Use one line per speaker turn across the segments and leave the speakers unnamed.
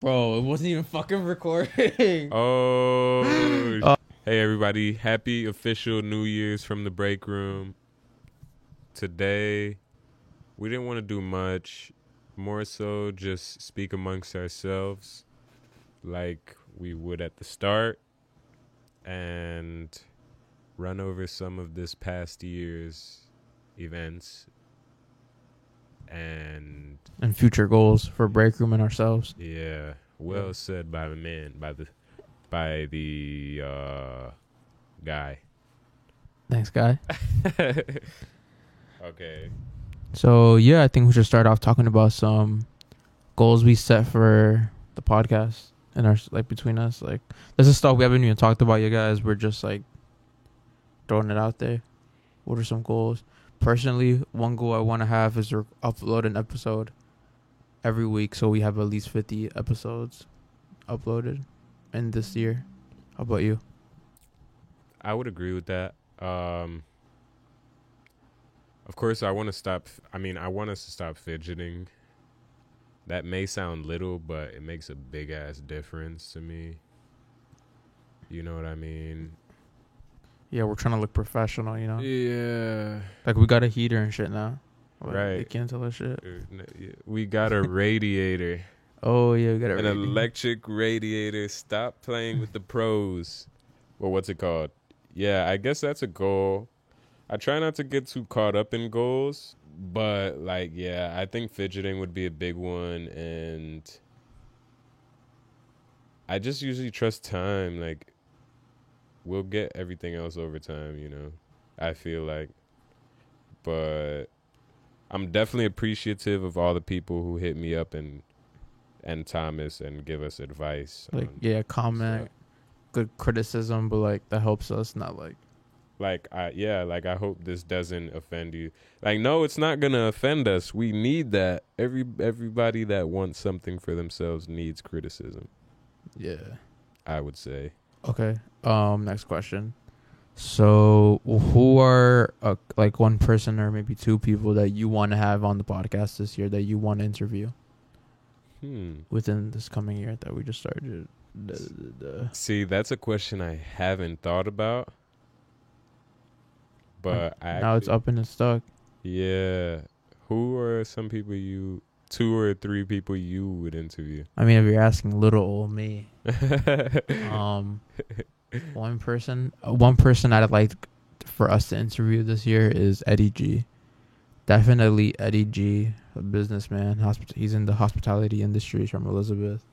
Bro, it wasn't even fucking recording.
Oh. hey, everybody. Happy official New Year's from the break room. Today, we didn't want to do much, more so just speak amongst ourselves like we would at the start and run over some of this past year's events and
And future goals for break room and ourselves.
yeah, well said by the man, by the by the uh guy.
Thanks, guy.
okay.
So yeah, I think we should start off talking about some goals we set for the podcast and our like between us. Like this is stuff we haven't even talked about, you guys. We're just like throwing it out there. What are some goals? Personally, one goal I want to have is to upload an episode every week, so we have at least fifty episodes uploaded in this year. How about you?
I would agree with that. Um Of course I want to stop I mean I want us to stop fidgeting. That may sound little, but it makes a big ass difference to me. You know what I mean?
Yeah, we're trying to look professional, you know.
Yeah.
Like we got a heater and shit now. Like, They
Right.
can't tell us shit.
Uh, We got a radiator.
Oh yeah, we got it.
an
ready.
electric radiator. Stop playing with the pros. Well, what's it called? Yeah, I guess that's a goal. I try not to get too caught up in goals, but like, yeah, I think fidgeting would be a big one. And I just usually trust time. Like, we'll get everything else over time, you know, I feel like. But I'm definitely appreciative of all the people who hit me up and and Thomas and give us advice.
like
on-
yeah comment good criticism but like that helps us not like
like I yeah, like I hope this doesn't offend you. Like no, it's not gonna offend us. We need that. Every everybody that wants something for themselves needs criticism.
yeah
I would say.
okay um next question so who are uh, like one person or maybe two people that you want to have on the podcast this year that you want to interview
Hmm.
within this coming year that we just started Duh, duh, duh, duh.
See, that's a question I haven't thought about. But I
now it's
actually-
up and it's stuck
Yeah. Who are some people you two or three people you would interview?
i mean if you're asking little old me um one person uh, one person i'd like for us to interview this year is eddie g definitely eddie g a businessman hospi- he's in the hospitality industry from elizabeth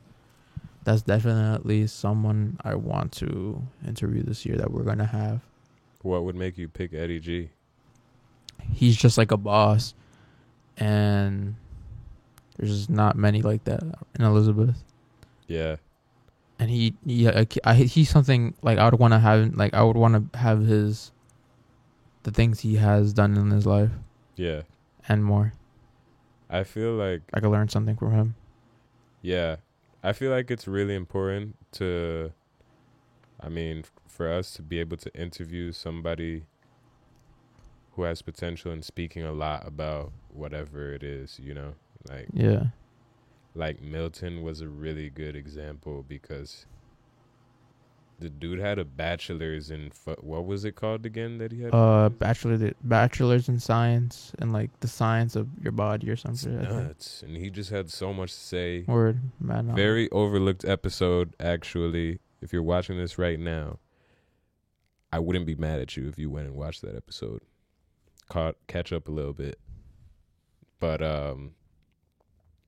that's definitely someone i want to interview this year that we're gonna have
what would make you pick Eddie G?
he's just like a boss and there's just not many like that in elizabeth
Yeah.
and he yeah like, I, he's something like I would want to have like I would want to have his the things he has done in his life
Yeah.
and more.
I feel like
I could learn something from him.
Yeah. I feel like it's really important to, I mean, f- for us to be able to interview somebody who has potential and speaking a lot about whatever it is, you know? Like,
Yeah,
like Milton was a really good example because the dude had a bachelor's in, fu- what was it called again that he had?
uh, bachelor bachelor's in science and like the science of your body or
It's
something. I think.
nuts. And he just had so much to say.
Word, man. no.
Very overlooked episode, actually. If you're watching this right now, I wouldn't be mad at you if you went and watched that episode. Caught catch up a little bit. But um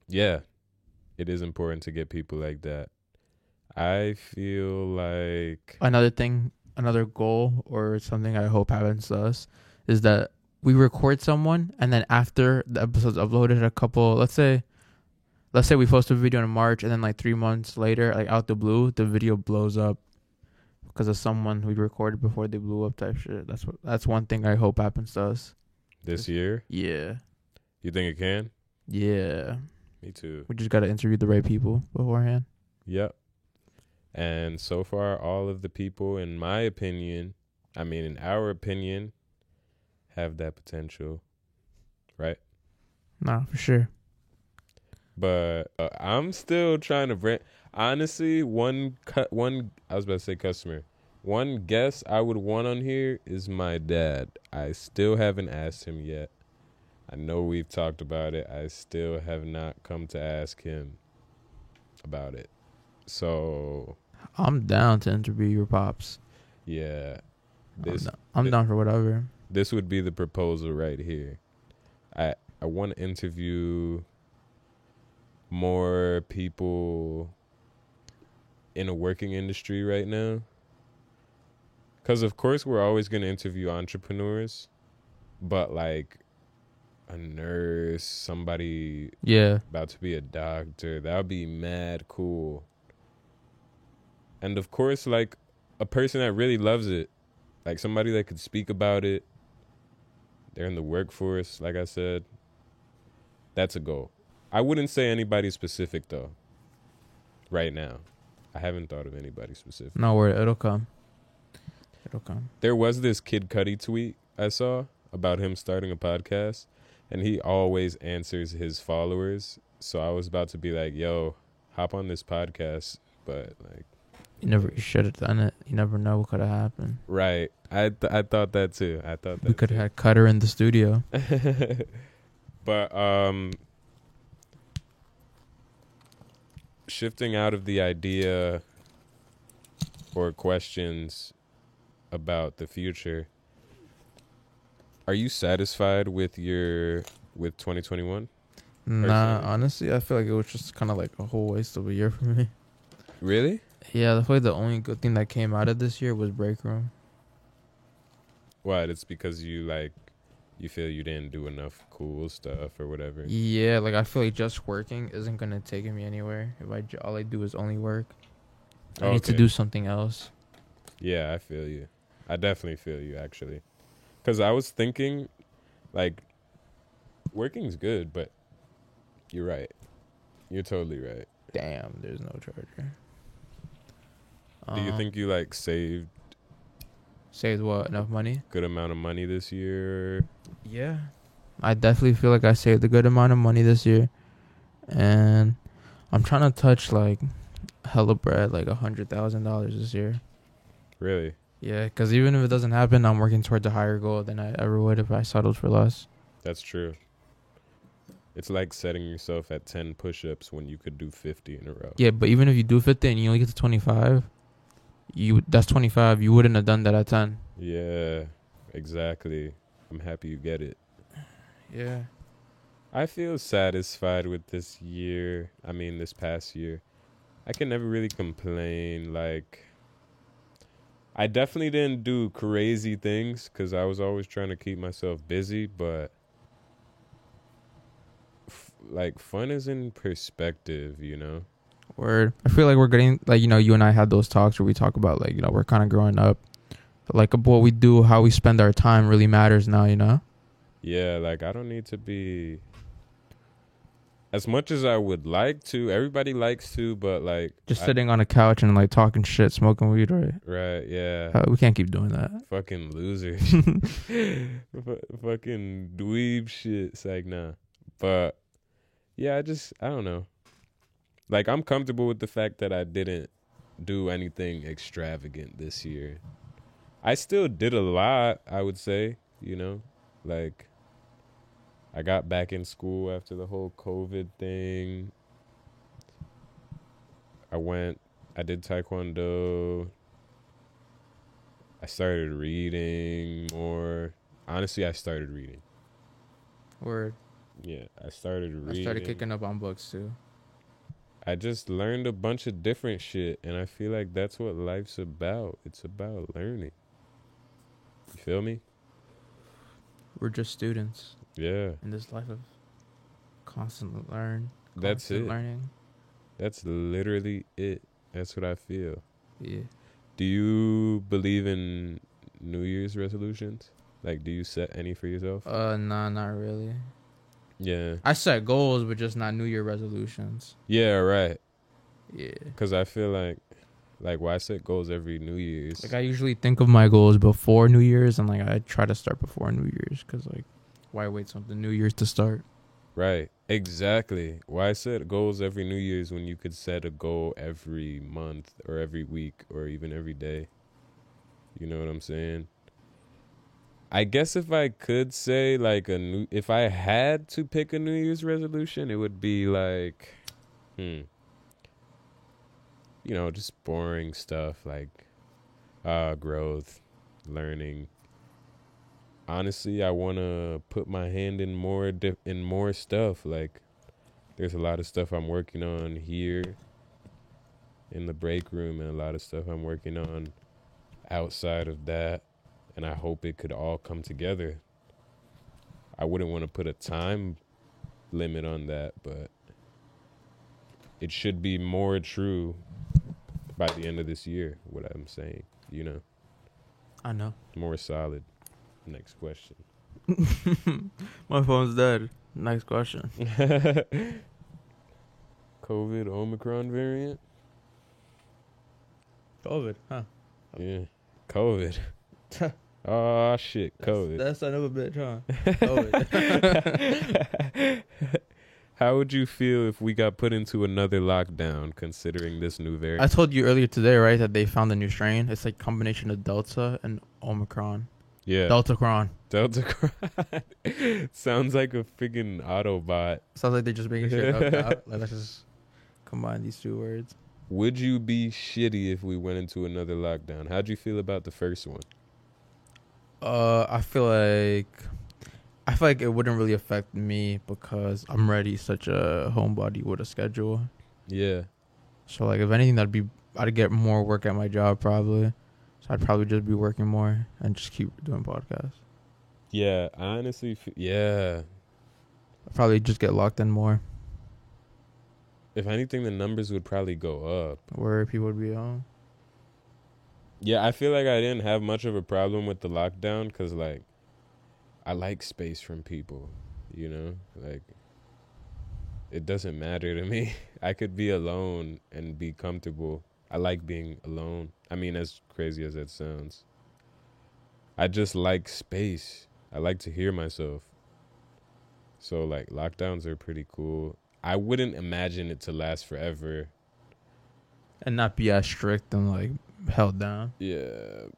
yeah, it is important to get people like that. I feel like
another thing, another goal or something I hope happens to us is that we record someone and then after the episode's uploaded a couple let's say let's say we post a video in March and then like three months later, like out the blue, the video blows up because of someone we recorded before they blew up type shit. That's what that's one thing I hope happens to us.
this year,
Yeah.
you think it can?
Yeah.
Me too.
We just gotta interview the right people beforehand.
Yep. And so far, all of the people, in my opinion, I mean, in our opinion, have that potential.
Nah, for sure.
But uh, I'm still trying to brand. Honestly, one cut, one. I was about to say customer. One guess I would want on here is my dad. I still haven't asked him yet. I know we've talked about it. I still have not come to ask him about it. So
I'm down to interview your pops.
yeah,
I'm,
this
down, I'm
thi-
down for whatever.
this would be the proposal right here. I I want to interview more people in a working industry right now. Cuz of course we're always going to interview entrepreneurs, but like a nurse, somebody
Yeah,
about to be a doctor. That would be mad cool. And of course, like a person that really loves it, like somebody that could speak about it. They're in the workforce, like I said. That's a goal. I wouldn't say anybody specific though. Right now, I haven't thought of anybody specific.
no worry, it'll come. It'll come.
There was this Kid Cudi tweet I saw about him starting a podcast, and he always answers his followers. So I was about to be like, "Yo, hop on this podcast," but like,
You never you should have done it. You never know what could have happened.
right? I th- I thought that too. I thought that
we could
too.
have had Cutter in the studio.
but um shifting out of the idea or questions about the future are you satisfied with your with 2021
Nah,
Personally.
honestly, I feel like it was just kind of like a whole waste of a year for me.
really
Yeah, that's probably the only good thing that came out of this year was Break Room.
what it's because you like you feel you didn't do enough cool stuff or whatever
Yeah, like I feel like just working isn't gonna take me anywhere. If I j- all I do is only work, I need to
Okay.
do something else.
Yeah, I feel you. I definitely feel you actually. Cuz I was thinking like working's good, but you're right. You're totally right.
Damn, there's no charger.
Do you
Um,
think you like saved
saved what enough money?
good amount of money this year?
Yeah, I definitely feel like I saved a good amount of money this year, and I'm trying to touch like hella bread, like a hundred thousand dollars this year.
Really?
Yeah, because even if it doesn't happen, I'm working towards a higher goal than I ever would if I settled for less.
That's true. It's like setting yourself at 10 push-ups when you could do 50 in a row.
Yeah, but even if you do 50 and you only get to 25, you that's 25. You wouldn't have done that at 10.
Yeah, exactly. I'm happy you get it.
Yeah.
I feel satisfied with this year. I mean, this past year. I can never really complain. Like, I definitely didn't do crazy things because I was always trying to keep myself busy, but f- like, fun is in perspective, you know?
Word. I feel like we're getting like you know you and I had those talks where we talk about like you know we're kind of growing up, but like what we do, how we spend our time really matters now. You know.
Yeah, like, I don't need to be. As much as I would like to, everybody likes to, but like.
Just
I-
sitting on a couch and like talking shit, smoking weed, right?
Right, yeah.
Uh, we can't keep doing that.
fucking losers, Fu fucking dweeb shit. It's like nah, but yeah, I just I don't know. Like I'm comfortable with the fact that I didn't do anything extravagant this year. I still did a lot, I would say. You know, like I got back in school after the whole COVID thing. I went. I did taekwondo. I started reading more. Honestly, I started reading.
Word.
Yeah, I started reading.
I started kicking up on books too.
I just learned a bunch of different shit, and I feel like that's what life's about. It's about learning. You feel me?
We're just students
Yeah,
in this life of constant learn.
that's
constant
it.
Learning.
That's literally it. That's what I feel.
Yeah.
Do you believe in New Year's resolutions? Like, do you set any for yourself?
Uh, nah, not really.
yeah.
I set goals, but just not New Year resolutions.
Yeah, right.
Yeah.
Because I feel like, like, why set goals every New Year's?
Like I usually think of my goals before New Year's, and like I try to start before New Year's, cause like, why wait something New Year's to start?
Right. Exactly. Why I said goals every New Year's when you could set a goal every month or every week or even every day. You know what I'm saying? I guess if I could say like a new if I had to pick a New Year's resolution, it would be like hmm you know, just boring stuff like uh growth, learning, honestly i want to put my hand in more di- in more stuff like there's a lot of stuff i'm working on here in the break room and a lot of stuff i'm working on outside of that and i hope it could all come together i wouldn't want to put a time limit on that but it should be more true by the end of this year what i'm saying you know
I know.
more solid next question
My phone's dead. Next question.
COVID Omicron variant?
COVID, huh?
Yeah. COVID. oh, shit. COVID.
That's another bitch, huh? COVID.
How would you feel if we got put into another lockdown considering this new variant?
I told you earlier today, right, that they found a new strain. It's like combination of Delta and Omicron.
yeah.
Delta Cron.
Delta Cron. Sounds like a freaking Autobot.
Sounds like they're just making shit up. now. Like, let's just combine these two words.
Would you be shitty if we went into another lockdown? How'd you feel about the first one?
Uh, I feel like I feel like it wouldn't really affect me because I'm already such a homebody with a schedule.
Yeah.
So like, if anything, that'd be I'd get more work at my job probably. So I'd probably just be working more and just keep doing podcasts.
Yeah. I honestly, f- yeah.
I'd probably just get locked in more
If anything, the numbers would probably go up.
where people would be home.
Yeah, I feel like I didn't have much of a problem with the lockdown because, like, I like space from people, you know? Like, it doesn't matter to me. I could be alone and be comfortable. I like being alone. I mean, as crazy as that sounds, I just like space. I like to hear myself. So, like, lockdowns are pretty cool. I wouldn't imagine it to last forever.
and not be as strict and like held down.
Yeah.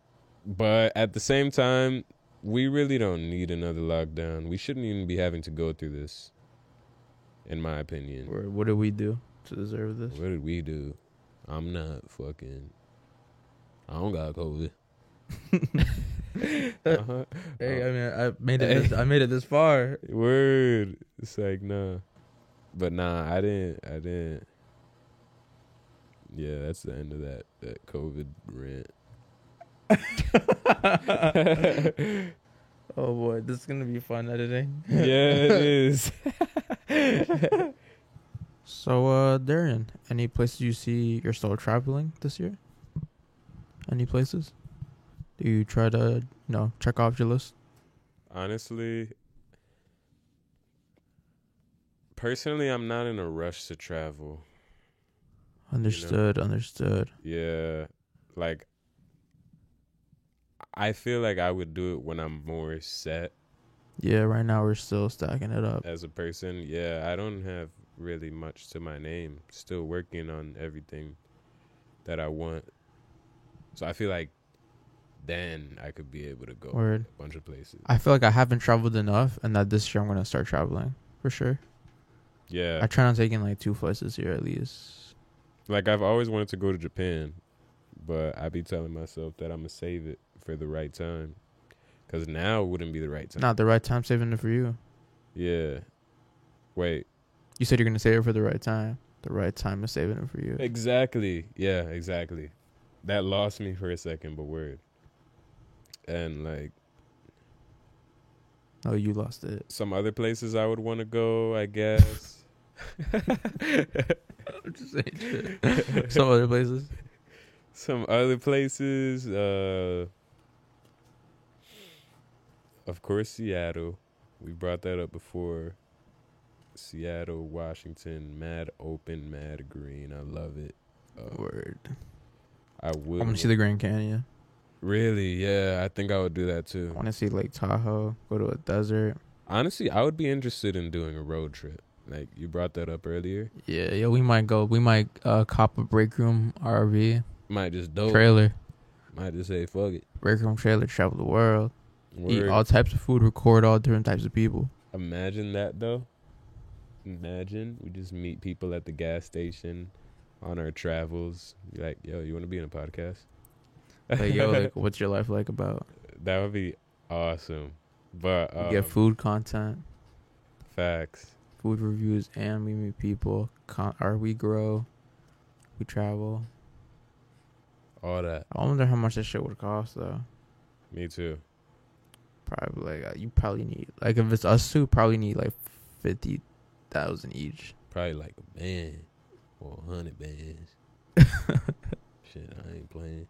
But at the same time, we really don't need another lockdown. We shouldn't even be having to go through this, in my opinion.
Or what did we do to deserve this?
What did we do? I'm not fucking. I don't got COVID. Uh-huh.
Hey, I mean, I made it. This, I made it this far.
Word. It's like nah. But nah, I didn't I didn't Yeah, that's the end of that that COVID rant.
Oh boy, this is gonna be fun editing.
yeah, it is.
So, uh, Darren, any places you see you're still traveling this year? Any places? Do you try to, you know, check off your list?
Honestly, personally, I'm not in a rush to travel.
Understood, understood.
Yeah, like I feel like I would do it when I'm more set
Yeah, right now we're still stacking it up.
as a person. Yeah, I don't have really much to my name. Still working on everything that I want. So I feel like then I could be able to go
Word.
a bunch of places.
I feel like I haven't traveled enough, and that this year I'm gonna start traveling for sure.
Yeah.
I plan on taking like two flights this year at least.
Like I've always wanted to go to Japan, but I be telling myself that I'm gonna save it for the right time, cause now wouldn't be the right time.
Not the right time saving it for you.
Yeah. Wait.
You said you're gonna save it for the right time. The right time is saving it for you.
Exactly. Yeah. Exactly. That lost me for a second, but word. And like
Oh, you lost it.
some other places I would want to go, I guess.
Some other places.
some other places. Uh, of course, Seattle. We brought that up before. Seattle, Washington, mad open, mad green. I love it. Uh,
Word.
I
I
would
want to see the Grand Canyon.
really, yeah. I think I would do that too.
I want to see Lake Tahoe. Go to a desert.
Honestly, I would be interested in doing a road trip. Like you brought that up earlier.
Yeah, yeah, we might go. We might uh, cop a break room RV
Might just dope.
trailer,
Might just say fuck it.
break room trailer, travel the world, eat
Word.
all types of food, record all different types of people.
Imagine that though. Imagine we just meet people at the gas station on our travels. Be like, yo, you want to be in a podcast?
Like yo, like what's your life like about?
that would be awesome. But
We
um,
get food content,
facts.
food reviews, and we meet people. Con- or we grow, we travel.
All that.
I wonder how much that shit would cost though.
Me too.
Probably like uh, you probably need like if it's us two, probably need like fifty thousand each.
Probably like a band or a hundred bands. Shit, I ain't playing.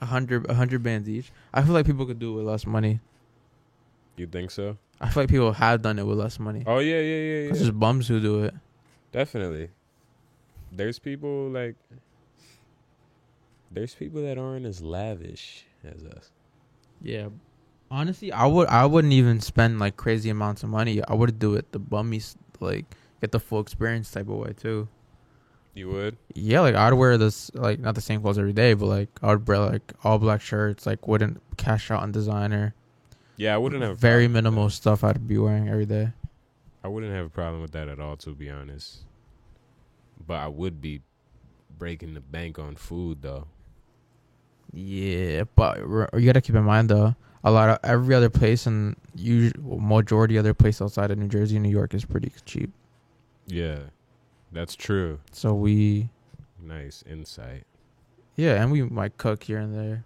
A hundred, a hundred bands each. I feel like people could do it with less money.
You think so?
I feel like people have done it with less money.
Oh yeah, yeah, yeah,
It's
yeah.
just bums who do it.
Definitely. There's people like. There's people that aren't as lavish as us.
Yeah. Honestly, I would. I wouldn't even spend like crazy amounts of money. I would do it the bummy, s- like get the full experience type of way too.
You would?
Yeah, like I'd wear this like not the same clothes every day, but like I would wear like all black shirts. Like wouldn't cash out on designer.
Yeah, I wouldn't have. a
very
problem with
minimal stuff I'd be wearing every day.
that. I wouldn't have a problem with that at all, to be honest. But I would be breaking the bank on food, though.
Yeah, but re- you gotta keep in mind though, a lot of every other place and usual majority other place outside of New Jersey, and New York is pretty cheap.
Yeah, that's true.
So we,
Nice insight.
yeah, and we might cook here and there.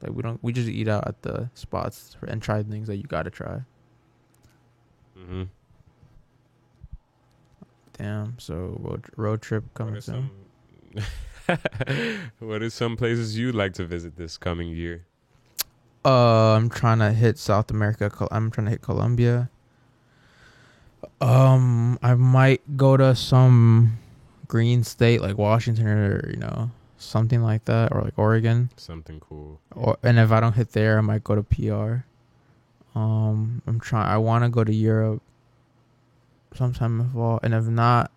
Like we don't, we just eat out at the spots and try things that you gotta try.
Mm-hmm.
Damn. So road road trip
What
coming
are
soon.
some? what are some places you'd like to visit this coming year?
Uh, I'm trying to hit South America. Col- I'm trying to hit Colombia. Um, I might go to some green state like Washington or you know something like that, or like Oregon.
Something cool.
Or and if I don't hit there, I might go to PR. Um, I'm trying. I want to go to Europe sometime in fall, and if not,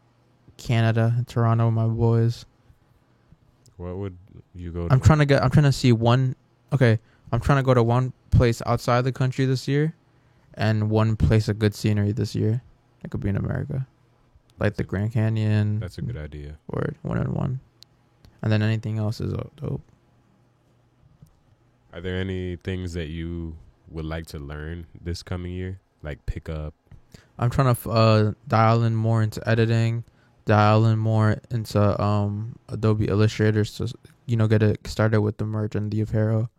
Canada, Toronto, with my boys.
What would you go?
I'm trying to get. I'm trying to see one. Okay, I'm trying to go to one place outside the country this year, and one place of good scenery this year. That could be in America, like the Grand Canyon.
That's a good idea.
word. One and one, and then anything else is uh, dope.
Are there any things that you would like to learn this coming year? Like pick up.
I'm trying to uh, dial in more into editing, dial in more into um, Adobe Illustrator, so you know, get it started with the merch and the apparel.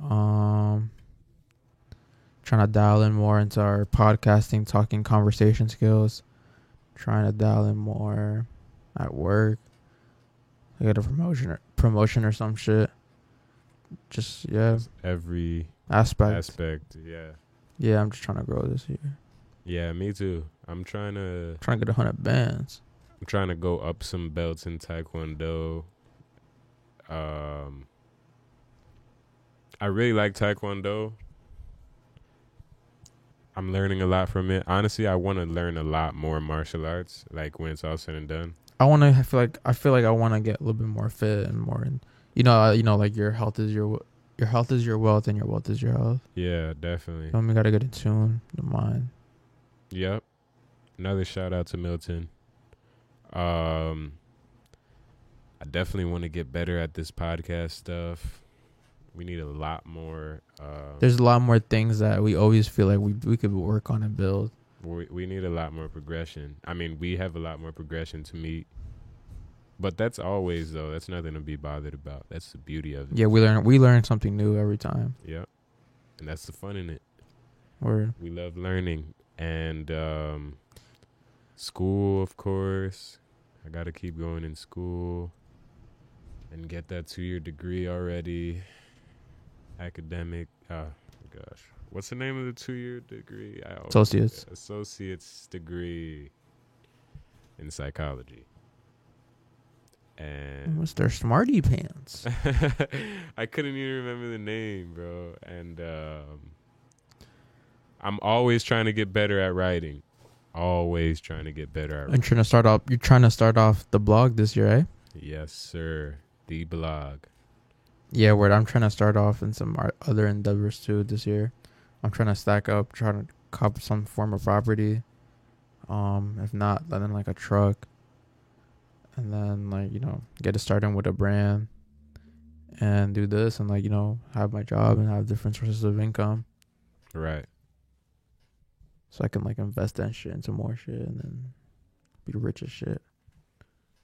Um, trying to dial in more into our podcasting, talking, conversation skills. Trying to dial in more at work. I got a promotion, or, promotion or some shit. Just yeah,
Every
aspect.
aspect. Yeah.
Yeah, I'm just trying to grow this year.
Yeah, me too. I'm trying to
Trying to get a hundred bands.
I'm trying to go up some belts in taekwondo. Um I really like taekwondo. I'm learning a lot from it. Honestly, I want to learn a lot more martial arts like when it's all said and done.
I want to feel like I feel like I want to get a little bit more fit and more, and you know, uh, you know, like your health is your w- your health is your wealth, and your wealth is your health.
Yeah, definitely.
You know, we gotta get in tune, the mind.
Yep. Another shout out to Milton. Um I definitely want to get better at this podcast stuff. We need a lot more um,
There's a lot more things that we always feel like we we could work on and build.
we, we need a lot more progression. I mean, we have a lot more progression to meet. But that's always though. That's nothing to be bothered about. That's the beauty of it.
Yeah, we learn we learn something new every time.
Yep. And that's the fun in it.
We're
We love learning and um school, of course. I got to keep going in school and get that 2-year degree already. Academic. Ah, gosh. What's the name of the 2-year degree? I always
associates.
associate's degree in psychology. And
What's their smarty pants?
I couldn't even remember the name, bro. And um, I'm always trying to get better at writing. Always trying to get better at
And trying to start off, you're trying to start off the blog this year, eh? right?
Yes, sir. The blog.
Yeah, word. I'm trying to start off in some ar- other endeavors too this year. I'm trying to stack up, trying to cop some form of property. Um, if not, then like a truck, and then like you know get it started with a brand, and do this and like you know have my job and have different sources of income
Right.
so I can like invest that shit into more shit and then be rich as shit.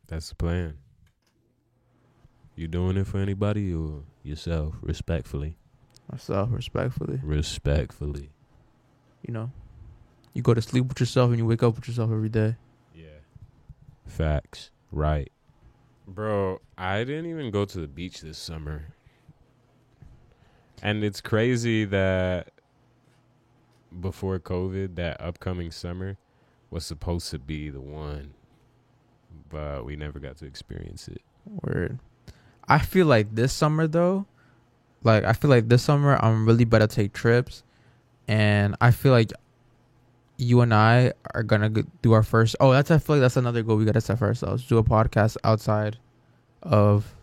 That's the plan. You doing it for anybody or yourself? Respectfully.
myself respectfully.
Respectfully.
You know, you go to sleep with yourself and you wake up with yourself every day.
Yeah. Facts. Right. Bro, I didn't even go to the beach this summer. And it's crazy that before COVID, that upcoming summer was supposed to be the one. But we never got to experience it.
Word. I feel like this summer though, like I feel like this summer I'm really better take trips, and I feel like you and I are gonna go- do our first. Oh, that's I feel like that's another goal we gotta set for ourselves. Do a podcast outside of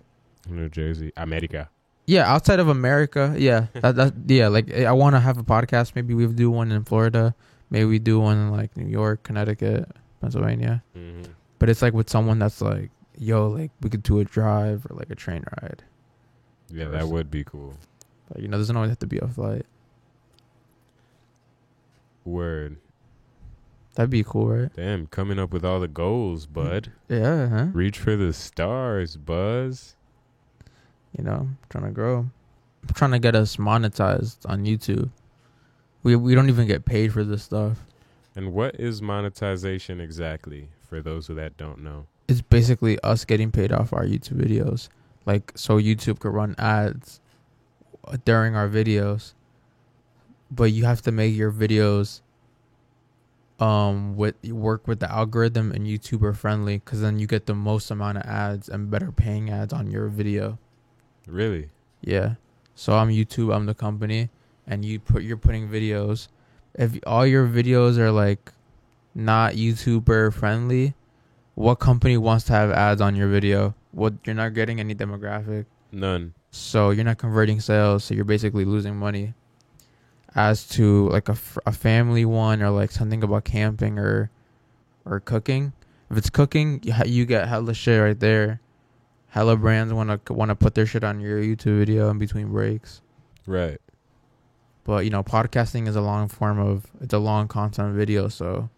New Jersey. America.
Yeah, outside of America. Yeah, that, that yeah. Like eh, I want to have a podcast. Maybe we do one in Florida. Maybe we do one in like New York, Connecticut, Pennsylvania.
Mm-hmm.
But it's like with someone that's like, yo, like we could do a drive or like a train ride.
Yeah, that would be cool.
Like you know, doesn't always have to be a flight.
Word.
That'd be cool, right?
Damn, coming up with all the goals, bud.
Yeah, huh?
Reach for the stars, Buzz.
You know, trying to grow. I'm trying to get us monetized on YouTube. We we don't even get paid for this stuff.
And what is monetization exactly for those of that don't know?
it's basically us getting paid off our YouTube videos. Like so YouTube could run ads during our videos. But you have to make your videos um with you work with the algorithm and YouTuber friendly cuz then you get the most amount of ads and better paying ads on your video.
Really?
Yeah. So I'm YouTube, I'm the company, and you put you're putting videos. If all your videos are like not YouTuber friendly, what company wants to have ads on your video? What you're not getting any demographic.
None.
So you're not converting sales, so you're basically losing money. As to like a, f- a family one or like something about camping or or cooking. If it's cooking, you, ha- you get hella shit right there. Hella brands want to want to put their shit on your YouTube video in between breaks.
Right.
But you know, podcasting is a long form of it's a long content video, so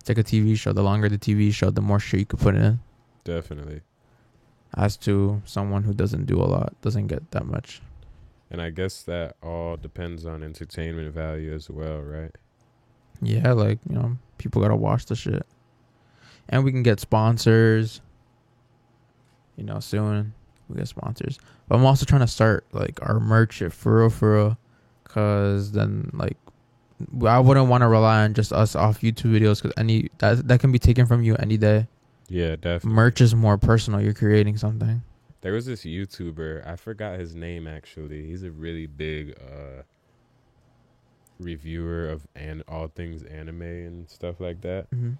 it's like a TV show. The longer the TV show, the more shit you could put in.
Definitely.
As to someone who doesn't do a lot, doesn't get that much.
And I guess that all depends on entertainment value as well, right?
Yeah, like, you know, people gotta watch the shit. And we can get sponsors. You know, soon we get sponsors. But I'm also trying to start like our merch shit for real for real. Cause then like I wouldn't want to rely on just us off YouTube videos because any that that can be taken from you any day.
Yeah, definitely.
Merch is more personal. You're creating something.
There was this YouTuber, I forgot his name actually. He's a really big uh reviewer of and all things anime and stuff like that.
Mm-hmm.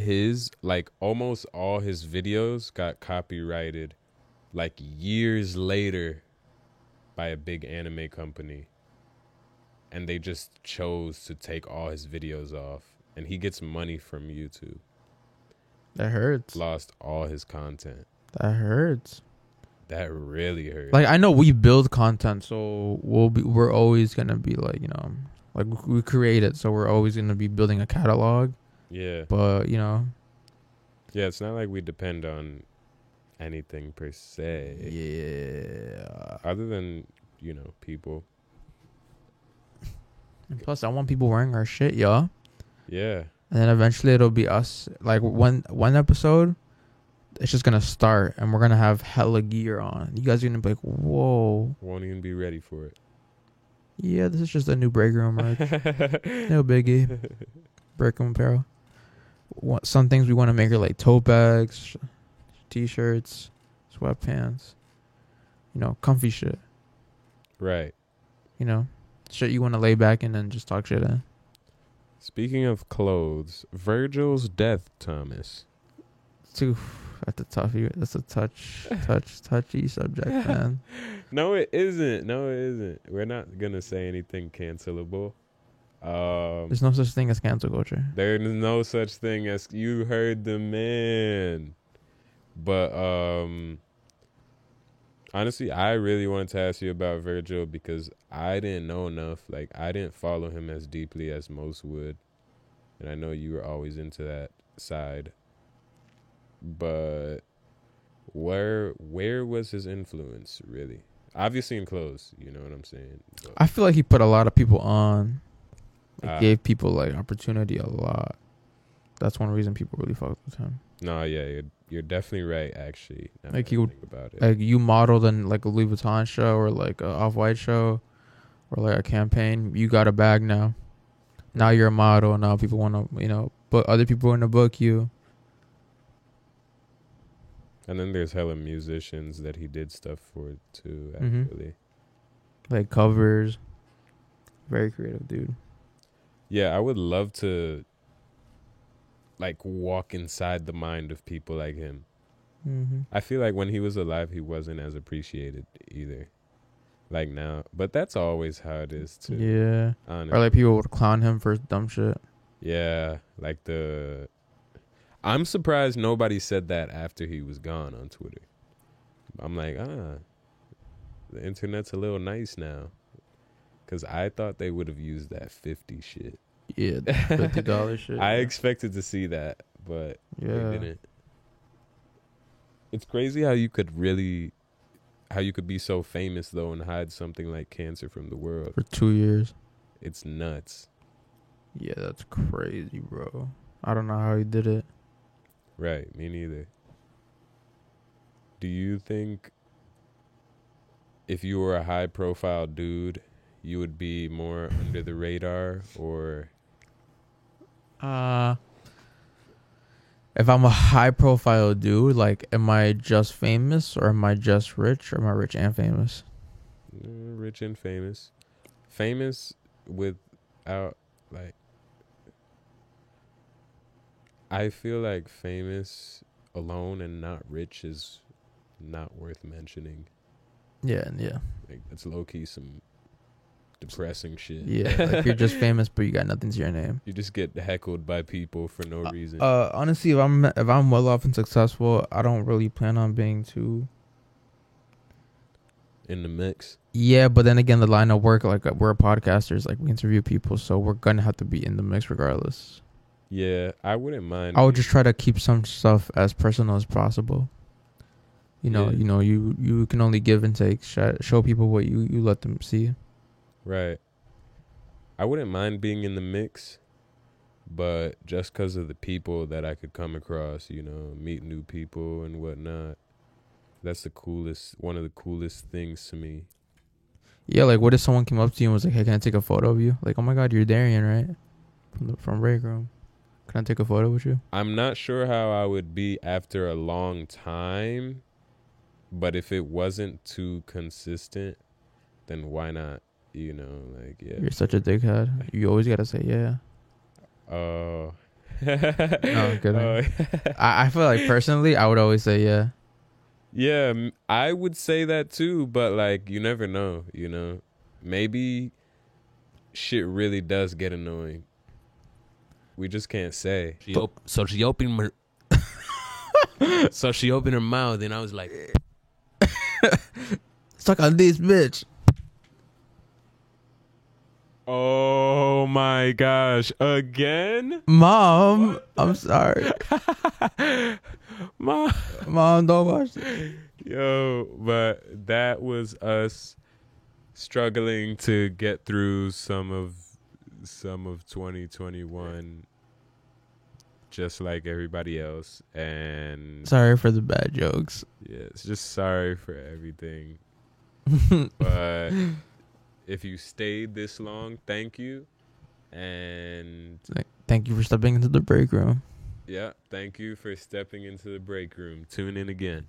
his like almost all his videos got copyrighted like years later by a big anime company and they just chose to take all his videos off and he gets money from YouTube
That hurts.
lost all his content
That hurts.
that really hurt
like I know we build content, so we'll be we're always gonna be like you know like we- we create it, so we're always gonna be building a catalog.
yeah
But you know,
yeah it's not like we depend on anything per se
yeah.
other than you know people
And plus, I want people wearing our shit, y'all.
yeah
And then eventually it'll be us. Like one one episode, it's just gonna start, and we're gonna have hella gear on. You guys are gonna be like, whoa,
won't even be ready for it
yeah, this is just a new break room, right? No biggie. Brick and apparel. What, some things we want to make are like tote bags, sh- t-shirts, sweatpants. You know, comfy shit.
right
You know, shit you want to lay back and then just talk shit. Eh?
Speaking of clothes, Virgil's death, Thomas.
Too, that's a toughie. That's a touch, touch, touchy subject, man.
No, it isn't. No, it isn't. We're not gonna say anything cancelable. Um,
There's no such thing as cancel culture.
There's no such thing as you heard the man. But um honestly, I really wanted to ask you about Virgil because I didn't know enough. Like I didn't follow him as deeply as most would. And I know you were always into that side. But where where was his influence really? Obviously in clothes, you know what I'm saying? But-
I feel like he put a lot of people on. Like
Ah.
gave people like opportunity a lot. That's one reason people really fucked with him.
No, yeah, you're you're definitely right. Actually, now
Like,
that
he
I
would-
think about it.
Like you modeled in like a Louis Vuitton show or like a Off White show or like a campaign. You got a bag now. Now you're a model. Now people want to you know, but other people want to book you.
and then there's hella musicians that he did stuff for too.
Mhm.
Actually,
Like covers. Very creative dude.
yeah, I would love to like walk inside the mind of people like him.
Mm-hmm.
I feel like when he was alive, he wasn't as appreciated either. Like now, but that's always how it is too.
Yeah.
Honestly.
Or like people would clown him for dumb shit.
Yeah, like the. I'm surprised nobody said that after he was gone on Twitter. I'm like, ah, the internet's a little nice now. Because I thought they would have used that 50 shit.
Yeah, fifty dollars shit.
I expected to see that, but they
yeah.
didn't. It's crazy how you could really. How you could be so famous though and hide something like cancer from the world.
For two years.
It's nuts.
Yeah, that's crazy, bro. I don't know how he did it.
Right, me neither. Do you think if you were a high profile dude, you would be more under the radar or
Uh if I'm a high profile dude, like am I just famous or am I just rich or am I rich and famous?
uh, rich and famous? Famous without like I feel like famous alone and not rich is not worth mentioning.
Yeah, and yeah.
Like that's low key some depressing shit.
Yeah. like you're just famous but you got nothing to your name.
You just get heckled by people for no reason.
Uh honestly if I'm if I'm well off and successful, I don't really plan on being too
in the mix.
Yeah, but then again the line of work, like uh, we're podcasters, like we interview people, so we're gonna have to be in the mix regardless.
Yeah, I wouldn't mind.
I would
being-
just try to keep some stuff as personal as possible. You know,
Yeah.
you know, you you can only give and take. Show, show people what you you let them see.
right. I wouldn't mind being in the mix, but just because of the people that I could come across, you know, meet new people and whatnot. That's the coolest, one of the coolest things to me.
Yeah, like what if someone came up to you and was like, "Hey, can I take a photo of you?" Like, "Oh my God, you're Darian, right?" From the from break room. Can I take a photo with you?
I'm not sure how I would be after a long time, but if it wasn't too consistent, then why not? You know, like yeah.
You're such a dickhead. You always gotta say yeah.
Oh.
I'm kidding.
Oh,
I, I feel like personally, I would always say yeah.
Yeah, m- I would say that too, but like you never know, you know. Maybe shit really does get annoying. We just can't say.
She op- so she opened her. so she opened her mouth, and I was like,
Suck on this bitch.
Oh my gosh, again?
Mom, I'm sorry.
My
Mom, don't watch this.
Yo, but that was us struggling to get through some of some of 2021 just like everybody else and
Sorry for the bad jokes.
Yeah, it's just sorry for everything. but if you stayed this long, thank you. And
Thank you for stepping into the break room.
yeah, thank you for stepping into the break room. Tune in again.